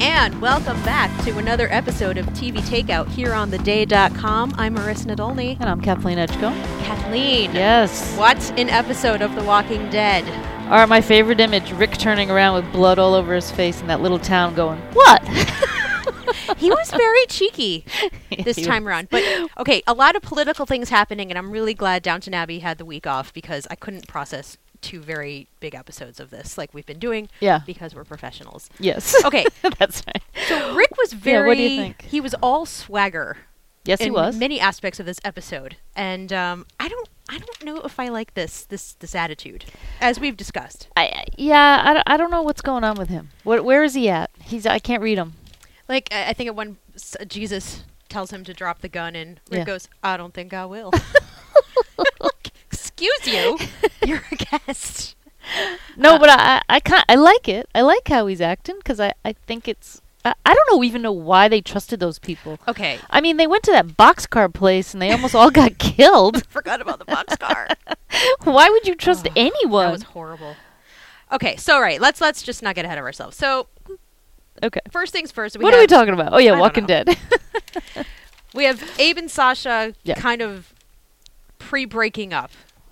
And welcome back to another episode of TV Takeout here on theday.com. I'm Marissa Nadolny. And I'm Kathleen Edgecombe. Kathleen, Yes. what's an episode of The Walking Dead? All right, my favorite image Rick turning around with blood all over his face in that little town going, What? He was very cheeky this He time around. But okay, a lot of political things happening, and I'm really glad Downton Abbey had the week off because I couldn't process two very big episodes of this like we've been doing Yeah. because we're professionals. Yes. Okay, That's right. so Rick was Yeah, very what do you think? he was all swagger Yes, in he was. many aspects of this episode, and um, I don't, I don't know if I like this, this, this attitude, as we've discussed. I- I, yeah, I, don't- I don't know what's going on with him. What, where is he at? He's I can't read him. Like, I, I think at one, s- Jesus tells him to drop the gun, and Rick Yeah. goes, "I don't think I will." Excuse you, you're a guest. Uh, No, but I I, I, can I like it. I like how he's acting because I, I think it's. I, I don't know even know why they trusted those people. Okay, I mean, they went to that boxcar place and they almost all got killed. forgot about the boxcar. Why would you trust Ugh, anyone? That was horrible. Okay, so right, let's let's just not get ahead of ourselves. So okay. first things first, we what have, are we talking about? Oh I yeah, don't Walking know. Dead. We have Abe and Sasha Yeah. kind of pre-breaking up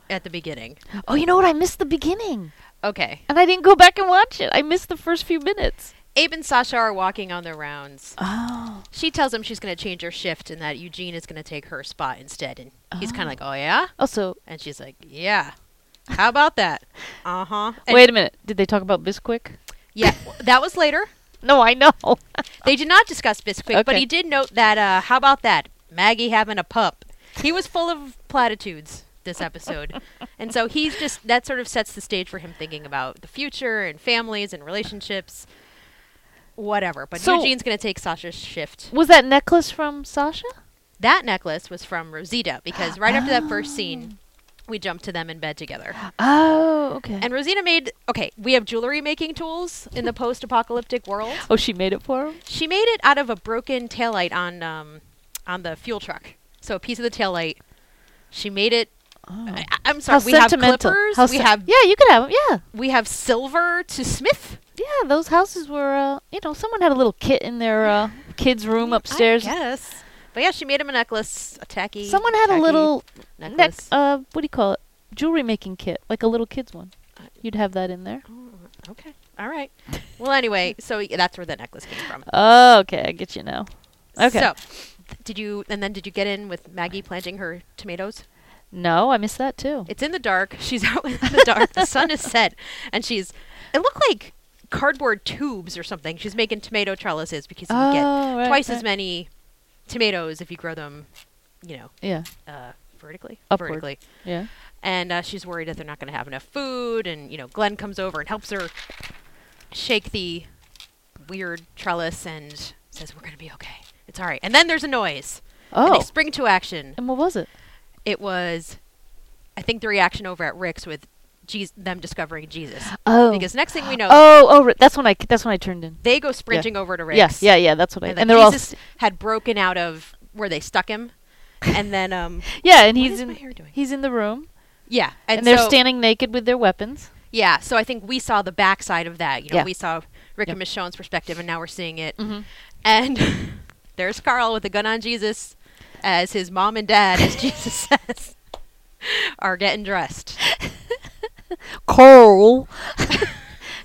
at the beginning. oh, you know what? I missed the beginning, Okay. and I didn't go back and watch it. I missed the first few minutes. Abe and Sasha are walking on their rounds. Oh, She tells him she's going to change her shift and that Eugene is going to take her spot instead. And he's kind of like, oh, yeah? also, And she's like, yeah. How about that? Uh huh. wait a minute. Did they talk about Bisquick? Yeah, that was later. No, I know. They did not discuss Bisquick, but Okay. he did note that, uh, how about that? Maggie having a pup. He was full of platitudes this episode. and so he's just, that sort of sets the stage for him thinking about the future and families and relationships, whatever. But So- Eugene's going to take Sasha's shift. Was that necklace from Sasha? That necklace was from Rosita because right after that first scene, we jumped to them in bed together. Oh, okay. And Rosita made okay, we have jewelry making tools in the post apocalyptic world. oh, she made it for him. She made it out of a broken taillight on um, on the fuel truck. So a piece of the taillight. She made it. I, I- I'm Oh. sorry, we have clippers. Oh. How we sen- have yeah, you could have 'em, Yeah, we have silver to smith. yeah. Those houses were, uh, you know, someone had a little kit in their uh, kids' room upstairs. Yes. But yeah, she made him a necklace, a tacky. Someone had a tacky little neck. necklace. Uh, what do you call it? Jewelry making kit, like a little kid's one. You'd have that in there. Oh, okay. All right. Well, anyway, so y- that's where the necklace came from. Oh, okay, I get you now. Okay. So, th- did you and then did you get in with Maggie planting her tomatoes? no, I missed that too. It's in the dark. She's out in the dark. the sun is set, and she's. It looked like cardboard tubes or something. She's making tomato trellises because you can Oh, get right, twice as right. many tomatoes if you grow them, you know, yeah, uh, vertically. Upward. Vertically. yeah. And uh, she's worried that they're not going to have enough food. And you know, Glenn comes over and helps her shake the weird trellis and says, "We're going to be okay. It's all right." And then there's a noise. And Oh, they spring to action and what was it? it was I think the reaction over at Rick's with Jes them discovering Jesus. Oh, Because next thing we know, oh, oh, ri- that's when I that's when I turned in. they go sprinting over to Rick's. Yes, yeah, yeah. That's what I. And, And, that they're all. Jesus had broken out of where they stuck him. And then um Yeah, and What he's is my in hair doing? he's in the room, yeah, and, and, they're so- standing naked with their weapons. Yeah, so I think we saw the backside of that. You know, Yeah. we saw Rick Yeah. Mm-hmm. and Michonne's perspective and now we're seeing it. And there's Carl with a gun on Jesus as his mom and dad as Jesus says are getting dressed. Coral,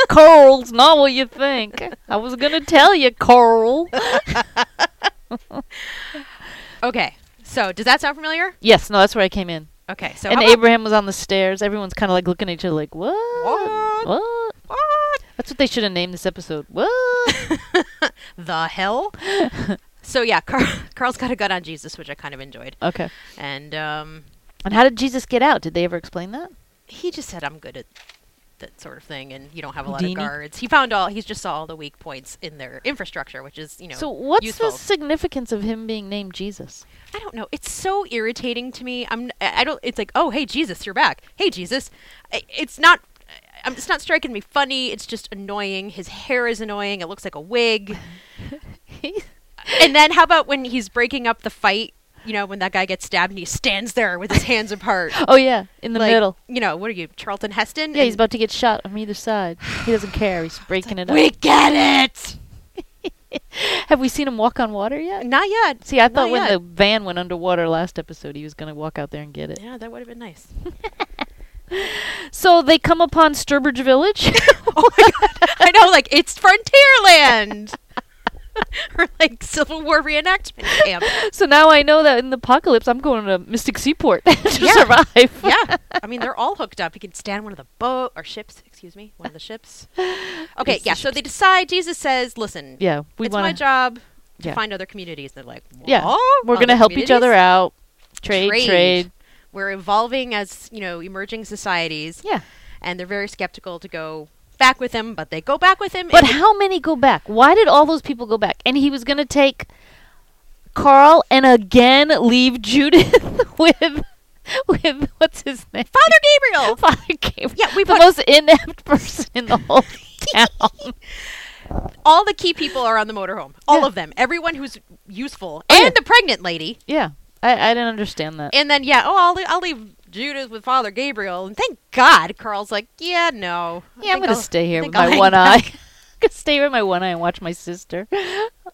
coral's not what you think. I was gonna tell you, coral. Okay. So, does that sound familiar? yes, no, that's where I came in. Okay. So and how about- Abraham was on the stairs. Everyone's kind of like looking at each other, like, "What? What? What? That's what they should have named this episode. What? the hell? so yeah, Carl, Carl's got a gun on Jesus, which I kind of enjoyed. okay. And um, And how did Jesus get out? Did they ever explain that? he just said, "I'm good at that sort of thing," and you don't have a lot Houdini? of guards. He found all. He just saw all the weak points in their infrastructure, which is you know. so what's useful. the significance of him being named Jesus? I don't know. It's so irritating to me. I'm. I I don't. It's like, oh, hey Jesus, you're back. Hey Jesus, I, it's not. I'm, it's not striking me funny. It's just annoying. His hair is annoying. It looks like a wig. and then how about when he's breaking up the fight? You know, when that guy gets stabbed and he stands there with his hands apart. oh yeah, in the like, middle. You know, what are you, Charlton Heston? Yeah, And he's about to get shot from either side. He doesn't care. He's breaking it up. We get it. Have we seen him walk on water yet? Not yet. See, I Not thought when yet. the van went underwater last episode, he was going to walk out there and get it. Yeah, that would have been nice. So they come upon Sturbridge Village. oh my god! I know, like it's Frontierland, or like Civil War reenactment camp. so now I know that in the apocalypse, I'm going to Mystic Seaport to Yeah. survive. Yeah, I mean they're all hooked up. You can stand one of the boat or ships. Excuse me, one of the ships. Okay, It's the yeah. So they decide. Jesus says, "Listen, Yeah, we it's my want to. job to Yeah. find other communities." They're like, Yeah, "What? We're Other going to help each other communities? out. Trade, trade. We're evolving as you know, emerging societies, Yeah. and they're very skeptical to go back with him, but they go back with him. But and how many go back? Why did all those people go back? And he was going to take Carl and again leave Judith with with what's his name? Father Gabriel. Father Gabriel. Yeah, we the put- most inept person in the whole town. all the key people are on the motorhome. All Yeah. of them. Everyone who's useful, Oh, and yeah. the pregnant lady. Yeah, I, I didn't understand that. And then yeah, oh, I'll le- I'll leave Judith with Father Gabriel, and thank God Carl's like, yeah, no. I yeah, I'm think gonna I'll- stay here think with I'll my hang one eye. I'm back." gonna stay here with my one eye and watch my sister.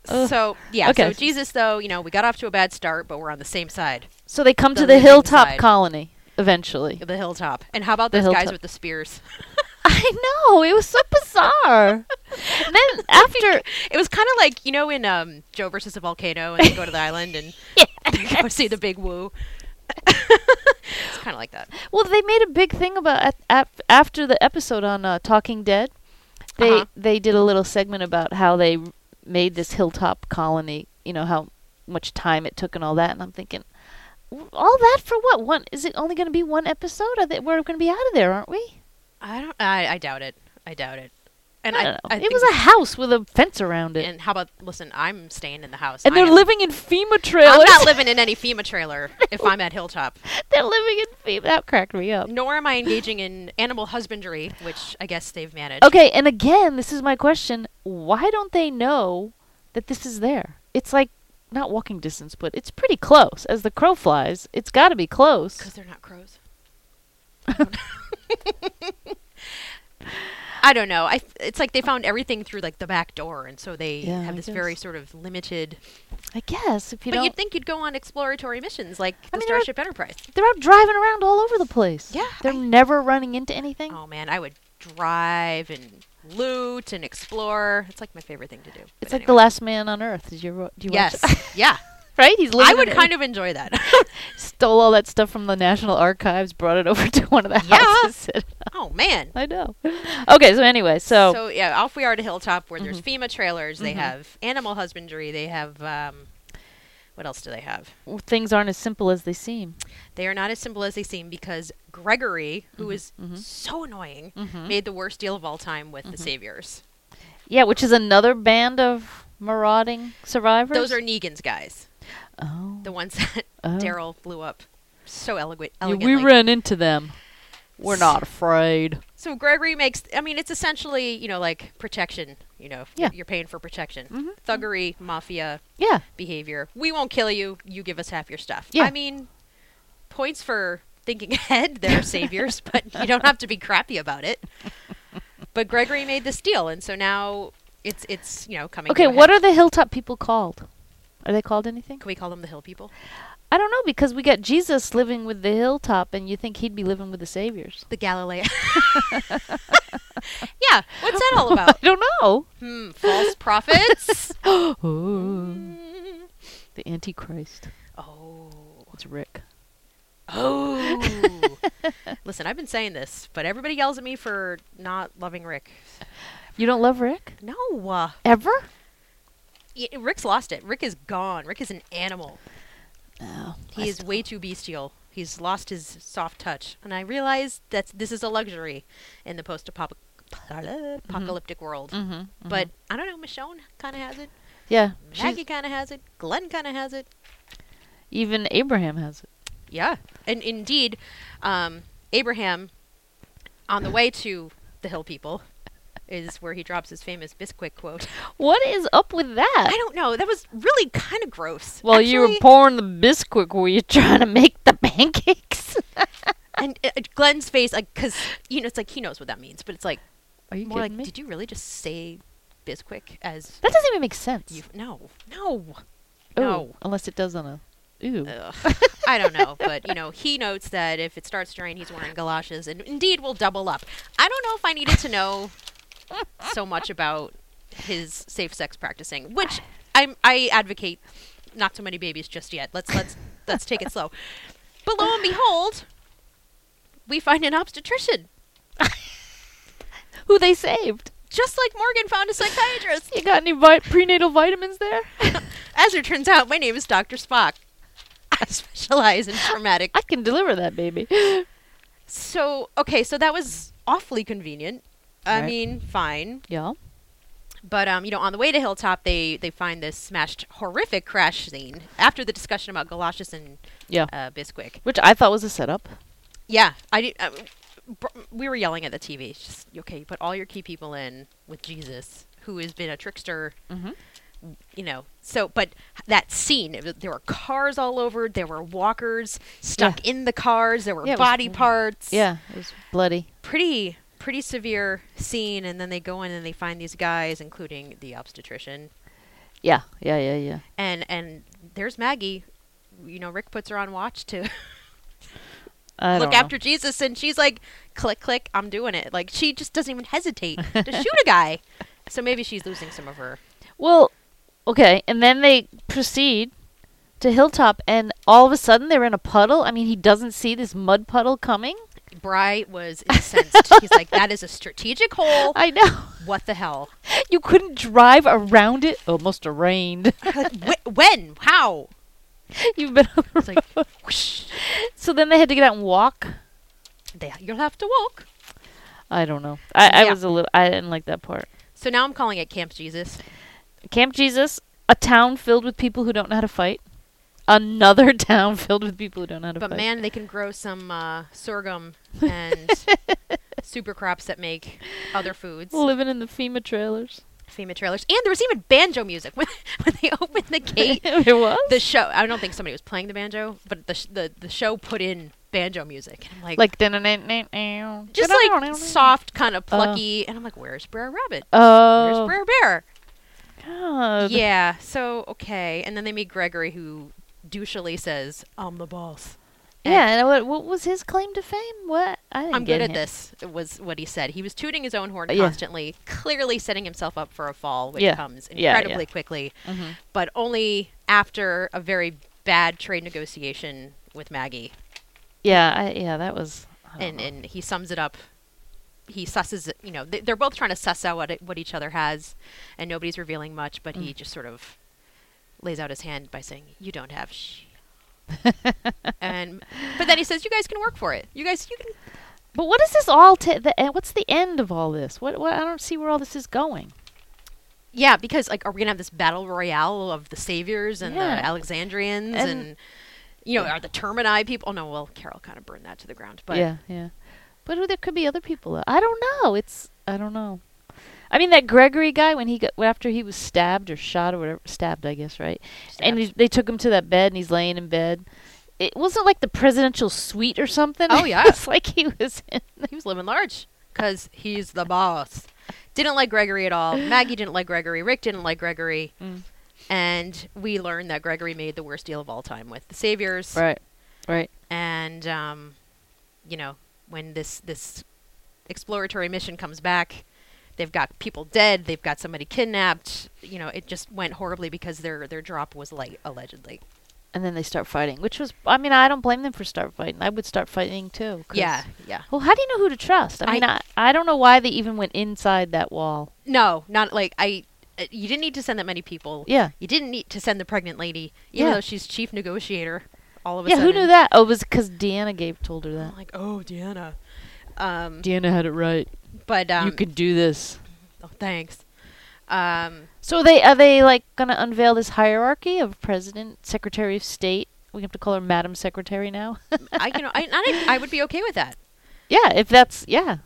Ugh. So yeah, Okay. so Jesus though, you know, we got off to a bad start, but we're on the same side So they come The to the living hilltop side. colony eventually. of the hilltop. And how about The those guys hilltop. with the spears? I know it was so bizarre. And then after It was kind of like you know in um, Joe versus the volcano, and they go to the island and go see the big woo. it's kind of like that. Well, they made a big thing about at, at, after the episode on uh, Talking Dead. They Uh-huh. they did a little segment about how they r- made this hilltop colony. You know how much time it took and all that. And I'm thinking, "W- all that for what? One is it only going to be one episode? Are they, we're going to be out of there, aren't we? I don't. I, I doubt it. I doubt it. And I don't know. it think was a house with a fence around it, and, And how about listen? I'm staying in the house, I they're am- living in FEMA trailers. I'm not living in any FEMA trailer if I'm at Hilltop. they're living in FEMA. That cracked me up. Nor am I engaging in animal husbandry, which I guess they've managed. Okay, and again, this is my question. Why don't they know that this is there? It's like not walking distance, but it's pretty close. As the crow flies, it's got to be because close. they're not crows. I don't know. I don't know. I f- it's like they found everything through like the back door, and so they Yeah, have I this very guess. sort of limited. I guess if you but don't, you'd think you'd go on exploratory missions like the I mean, there are- Starship Enterprise. they're out driving around all over the place. Yeah, they're I- never running into anything. Oh man, I would drive and loot and explore. It's like my favorite thing to do. it's like the last man on Earth. Did you? ro- Do you? watch yes, that? yeah. right. He's. I living would in- kind of enjoy that. stole all that stuff from the National Archives, brought it over to one of the Yeah. houses. set it up. oh man. I know. Okay, so anyway, so, Mm-hmm. yeah, off we are to Hilltop where there's FEMA trailers. They have animal husbandry. They have um, what else do they have? w- things aren't as simple as they seem. They are not as simple as they seem because Gregory, who Mm-hmm. is so annoying, made the worst deal of all time with the Mm-hmm. Saviors. Yeah, which is another band of marauding survivors. Those are Negan's guys, Oh. the ones that Oh. Daryl blew up so elegant. Yeah, we elegantly. ran into them. We're not afraid. So Gregory makes. I mean, it's essentially you know like protection. You know, Yeah. Mm-hmm. you're paying for protection, thuggery, mafia Yeah. behavior. We won't kill you. You give us half your stuff. Yeah. I mean, points for thinking ahead. They're saviors, but you don't have to be crappy about it. But Gregory made this deal, and so now it's it's you know coming. Okay, what are the hilltop people called? Are they called anything? can we call them the hill people? I don't know because we got Jesus living with the hilltop, and you think he'd be living with the saviors. The Galilea. yeah, what's that all about? I don't know. Hmm, false prophets. Oh, Mm. the Antichrist. oh. It's Rick. Oh. Listen, I've been saying this, but everybody yells at me for not loving Rick. You don't love Rick No. Uh, ever? y- Rick's lost it. Rick is gone. Rick is an animal. No. He is way too bestial. He's lost his soft touch. And I realize that this is a luxury in the post apocalyptic world. Mm-hmm. But I don't know, Michonne kind of has it. yeah, she's- Maggie kind of has it. Glenn kind of has it. even Abraham has it. Yeah, and indeed, um, Abraham, on the way to the hill people, is where he drops his famous Bisquick quote. What is up with that? I don't know. That was really kind of gross. While you were actually. pouring the bisquick, were you trying to make the pancakes? and uh, uh, Glenn's face, like, because you know, it's like he knows what that means, but it's like Are you more like, kidding me? did you really just say Bisquick as That doesn't even make sense. you. No, no, Ooh, no. Unless it does on a. Ooh. Ugh. I don't know, but you know, he notes that if it starts to rain, he's wearing galoshes, and indeed will double up. I don't know if I needed to know so much about his safe sex practicing, which I'm, I advocate not so many babies just yet. Let's let's let's take it slow. But lo and behold, we find an obstetrician, Who they saved? just like Morgan found a psychiatrist. You got any vi- prenatal vitamins there? As it turns out, my name is Doctor Spock. I specialize in traumatic I can deliver that baby. So okay, so that was awfully convenient. I Right. mean, fine, Yeah. but um, you know, on the way to Hilltop, they they find this smashed horrific crash scene after the discussion about galoshes and Yeah. uh, Bisquick. Which I thought was a setup. Yeah, I did. Uh, br- we were yelling at the TV. It's Just okay, put all your key people in with Jesus, who has been a trickster. Mhm. You know, so but that scene, it was- there were cars all over. There were walkers stuck in the cars. There were Yeah, it was body parts. Yeah. It was bloody. pretty pretty severe scene and then they go in and they find these guys including the obstetrician Yeah. Yeah. Yeah. Yeah. and and there's maggie you know rick puts her on watch to I look don't know. after jesus and she's like click click i'm doing it like she just doesn't even hesitate to shoot a guy so maybe she's losing some of her Well, okay, and then they proceed to Hilltop, and all of a sudden they're in a puddle. I mean, he doesn't see this mud puddle coming. bry was incensed he's like that is a strategic hole I know. what the hell You couldn't drive around it. Oh, it must have rained. like, wh- when how You've been. on the it's like road. whoosh, so then they had to get out and walk. they, you'll have to walk I don't know. I, I Yeah. was a little. I didn't like that part. so now i'm calling it camp jesus Camp Jesus, a town filled with people who don't know how to fight. Another town filled with people who don't know how to But fight. man, they can grow some uh, sorghum and super crops that make other foods. living in the FEMA trailers. FEMA trailers, and there was even banjo music when, when they opened the gate. there was The show. I don't think somebody was playing the banjo, but the sh- the, the show put in banjo music. And I'm like, like just just like soft, kind of plucky. and I'm like, where's Brer Rabbit? Where's Oh, Brer Bear? God. Yeah. So okay, and then they meet Gregory, who douchily says, "I'm the boss." Yeah, and what, what was his claim to fame? What? I didn't I'm get good at him. this, was what he said. He was tooting his own horn Uh, yeah. constantly, clearly setting himself up for a fall, which Yeah. comes Yeah, yeah. incredibly quickly, Mm-hmm. but only after a very bad trade negotiation with Maggie. Yeah, I, yeah, that was. I don't And, know. and he sums it up. He susses, it- you know, th- they're both trying to suss out what, it, what each other has, and nobody's revealing much, but Mm. he just sort of lays out his hand by saying, You don't have sh. and but then he says you guys can work for it you guys you can but what is this all? To the e- what's the end of all this? What? What? I don't see where all this is going. Yeah, because like, are we gonna have this battle royale of the saviors and Yeah. the Alexandrians And- and, you know, are the Termini people? Oh no, well, Carol kind of burned that to the ground, but yeah, yeah. But who- there could be other people. uh, I don't know. It's I don't know. I mean that Gregory guy when he got well, after he was stabbed or shot or whatever stabbed I guess right and he, Stabbed. they took him to that bed and he's laying in bed. It wasn't like the presidential suite or something. Oh, yeah. it's like he was in. he was living large because he's the boss. Didn't like Gregory at all. Maggie didn't like Gregory. Rick didn't like Gregory, Mm. and we learned that Gregory made the worst deal of all time with the saviors. Right, right. And um, you know, when this this exploratory mission comes back, they've got people dead, they've got somebody kidnapped. You know, it just went horribly because their their drop was light allegedly. and then they start fighting, which was I mean I don't blame them for start fighting. I would start fighting too. 'cause- Yeah, yeah. Well, how do you know who to trust? I I- mean, I, I don't know why they even went inside that wall. No, not like I. uh, You didn't need to send that many people. Yeah. You didn't need to send the pregnant lady, even Yeah. though she's chief negotiator. All of a Yeah, sudden. who knew that? Oh, it was because Deanna gave told her that. I'm like, oh, Deanna. Um, Deanna had it right. but um, do this. oh, thanks. Um, So are they are they like gonna unveil this hierarchy of president, secretary of state? We have to call her Madam Secretary now. I you know I, I I would be okay with that. yeah, if that's yeah,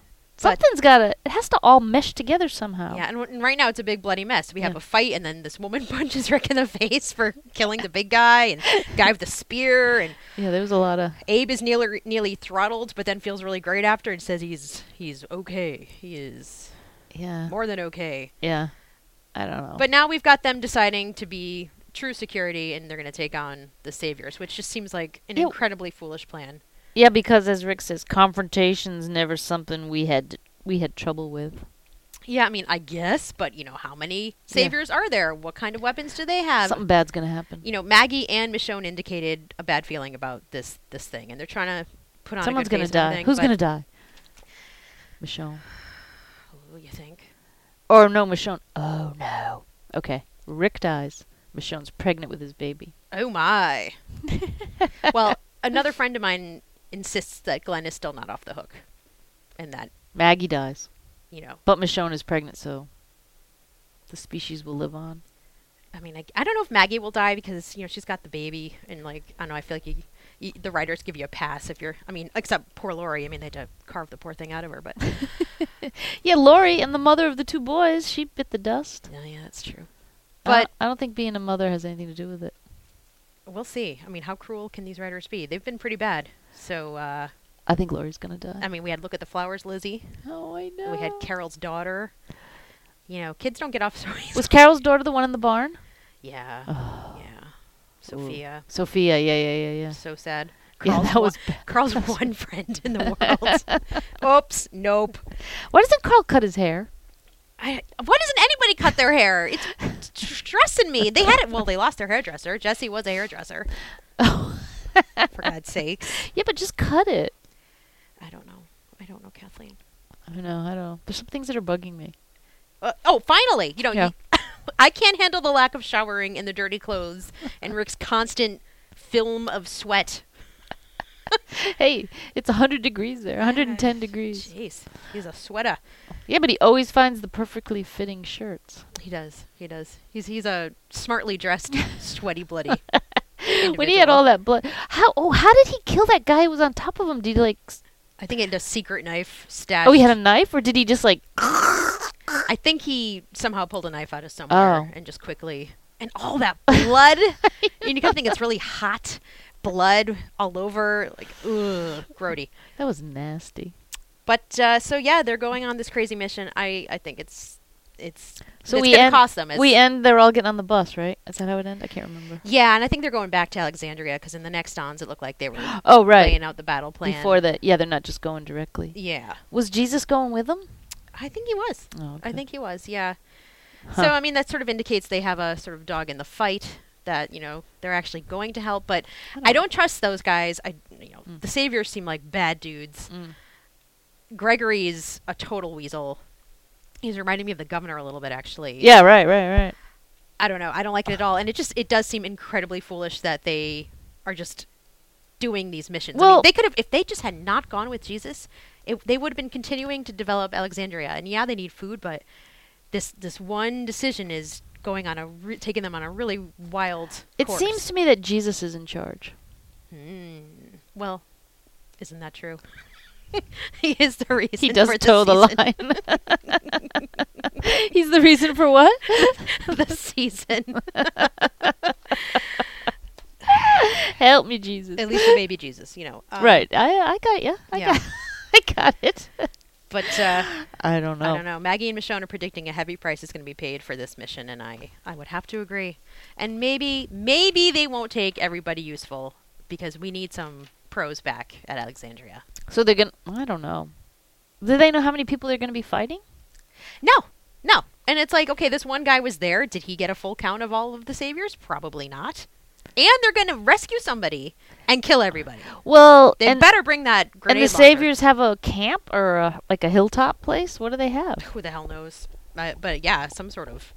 But- something's gotta. It has to all mesh together somehow. Yeah, and, w- and right now it's a big bloody mess. We have Oh. Yeah. a fight, and then this woman punches Rick in the face for killing the big guy, and guy with the spear, and yeah. There was a lot of Abe is nearly nearly throttled, but then feels really great after and says he's he's okay. He is yeah, more than okay. yeah. I don't know. But now we've got them deciding to be true security and they're going to take on the saviors, which just seems like an Ew. incredibly foolish plan. yeah, because as Rick says, confrontation's never something we had we had trouble with. Yeah, I mean, I guess, but you know, how many Yeah. saviors are there? What kind of weapons do they have? something bad's gonna happen. Um, You know, Maggie and Michonne indicated a bad feeling about this this thing, and they're trying to put on. Someone's a good gonna face and die. everything, Who's but- gonna die? Michonne. Ooh, you think? Or no, Michonne. Oh no. Okay. Rick dies. Michonne's pregnant with his baby. Oh my. well, another friend of mine insists that Glenn is still not off the hook, and that Maggie dies. you know, But Michonne is pregnant, so the species will live on. I mean, I, I don't know if Maggie will die because you know she's got the baby, and like I don't know, I feel like you, you, the writers give you a pass if you're. I mean, except poor Lori. I mean, they had to carve the poor thing out of her, but Yeah, Lori and the mother of the two boys, she bit the dust. yeah, yeah, that's true. I But don't- I don't think being a mother has anything to do with it. we'll see. I mean, how cruel can these writers be? They've been pretty bad. So, uh, I think Lori's gonna die. I mean, we had look at the flowers, Lizzie. oh, I know. and We had Carol's daughter. You know, kids don't get off so easily. Was Carol's daughter the one in the barn? yeah, Oh. yeah. Sophia, Sophia. Yeah, yeah, yeah, yeah. so sad. Yeah, Carl's that one- was bad. Carl's one friend in the world. Oops, nope. Why doesn't Carl cut his hair? I, why doesn't anybody cut their hair? It's it's stressing me. They had it. Well, they lost their hairdresser. Jesse was a hairdresser. Oh. For God's sakes. Yeah, but just cut it. I don't know. I don't know, Kathleen. I don't know. I don't know. There's some things that are bugging me. Uh, oh, finally. You know, Yeah. you- I can't handle the lack of showering and the dirty clothes and Rick's constant film of sweat. Hey, it's 100 degrees there. 110 degrees. Jeez, he's a sweater. Yeah, but he always finds the perfectly fitting shirts. He does. He does. He's he's a smartly dressed, sweaty, bloody. When he had individual. all that blood, how oh how did he kill that guy who was on top of him? Did he like? s- I think it had a secret knife stash. Oh, he had a knife, or did he just like? I think he somehow pulled a knife out of somewhere Oh. and just quickly and all that blood. and you gotta think it's really hot blood all over, like ugh, grody. That was nasty. But uh, so yeah, they're going on this crazy mission. I I think it's it's So it's we gonna end. cost them. It's- we end. They're all getting on the bus, right? Is that how it ends? I can't remember. Yeah, and I think they're going back to Alexandria because in the next dons it looked like they were Oh, right. laying out the battle plan Before that, yeah, they're not just going directly. Yeah, Was Jesus going with them? I think he was. Oh, I good. think he was. Yeah. So Huh. I mean that sort of indicates they have a sort of dog in the fight that you know they're actually going to help, but I don't trust those guys. I you know Mm. the saviors seem like bad dudes. Mm. Mm-hmm. Gregory's a total weasel. He's reminding me of the governor a little bit actually. Yeah, right, right, right. I don't know. I don't like it at all, and it just it does seem incredibly foolish that they are just doing these missions. I mean, Well- they could have if they just had not gone with Jesus, it, they would have been continuing to develop Alexandria. And yeah, they need food, but this this one decision is going on a re- taking them on a really wild. It course. seems to me that Jesus is in charge. Hmm. well, isn't that true? he is the reason. He does for toe the season. line. He's the reason for what? the season. Help me, Jesus. At least the baby Jesus, you know. Um, right. I I got you. I Yeah. got I got it. But. Uh, I don't know. I don't know. Maggie and Michonne are predicting a heavy price is going to be paid for this mission, and I, I would have to agree. And maybe, maybe they won't take everybody useful because we need some pros back at Alexandria. So they're gonna. I don't know. Do they know how many people they're gonna be fighting? No, no. And it's like, okay, this one guy was there. Did he get a full count of all of the saviors? Probably not. And they're going to rescue somebody and kill everybody. Well, They and better bring that grenade and the launcher. saviors have a camp or a, like a hilltop place. What do they have? Who the hell knows? Uh, but yeah, some sort of.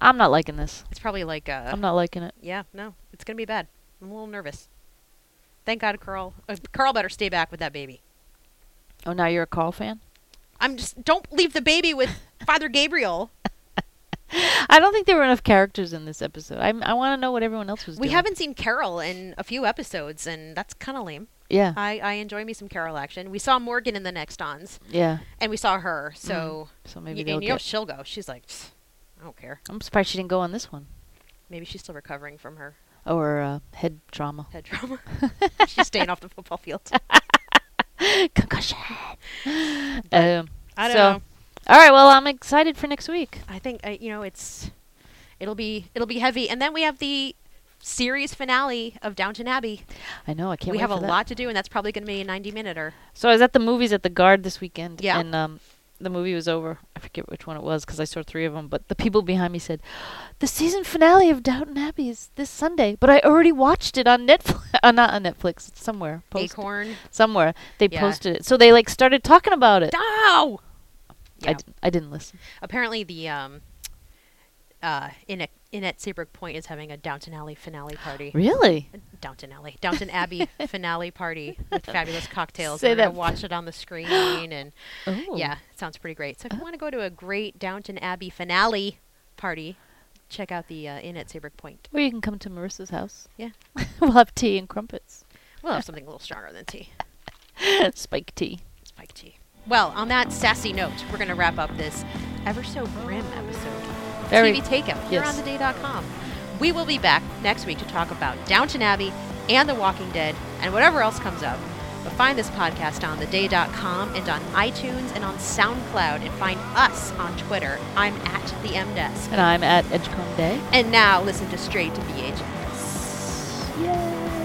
I'm not liking this. It's probably like a. I'm not liking it. Yeah, no, it's gonna be bad. I'm a little nervous. Thank God, Carl. Uh, Carl better stay back with that baby. Oh, now you're a Carl fan. I'm just don't leave the baby with Father Gabriel. I don't think there were enough characters in this episode. I'm, I want to know what everyone else was. We doing. haven't seen Carol in a few episodes, and that's kind of lame. Yeah. I, I enjoy me some Carol action. We saw Morgan in the next ons, yeah. and we saw her. So So uh, y- maybe and they'll you know get. she'll go. She's like, "Pfft, I don't care. I'm surprised she didn't go on this one. Maybe she's still recovering from her Or uh, head trauma. head trauma. she's staying off the football field. Concussion. Um, I don't so, know. All right. Well, I'm excited for next week. I think uh, you know it's it'll be it'll be heavy, and then we have the series finale of Downton Abbey. I know. I we can't. wait have for a that. lot to do, and that's probably going to be a ninety minute or So I was at the movies at the Guard this weekend. Yeah. And um, the movie was over. I forget which one it was because I saw three of them. But the people behind me said, "The season finale of Downton Abbey is this Sunday." But I already watched it on Netflix. uh, not on Netflix. It's somewhere. Posted. Acorn. Somewhere they Yeah. posted it. So they like started talking about it. No. Uh, I, Yeah. d- I didn't listen. Apparently the um uh in Inette Seabrook Point is having a Downton Alley finale party. Really? Downton Alley, Downton Abbey finale party with fabulous cocktails. Say We're gonna that. Watch it on the screen, and Oh. yeah, it sounds pretty great. So if you want to go to a great Downton Abbey finale party, check out the uh, Inn at Saybrook Point. Oh. Or you can come to Marissa's house. Yeah. we'll have tea and crumpets, We'll have something a little stronger than tea, spike tea. spike tea. Well, on that sassy note, we're gonna wrap up this ever so grim episode. of Very- TV Takeout here on yes. theday.com. We will be back next week to talk about Downton Abbey and The Walking Dead and whatever else comes up. But find this podcast on theday.com and on iTunes and on SoundCloud and find us on Twitter. I'm at the MDesk. And I'm at Edgecombe Day. And now listen to Straight to BHS. Yay!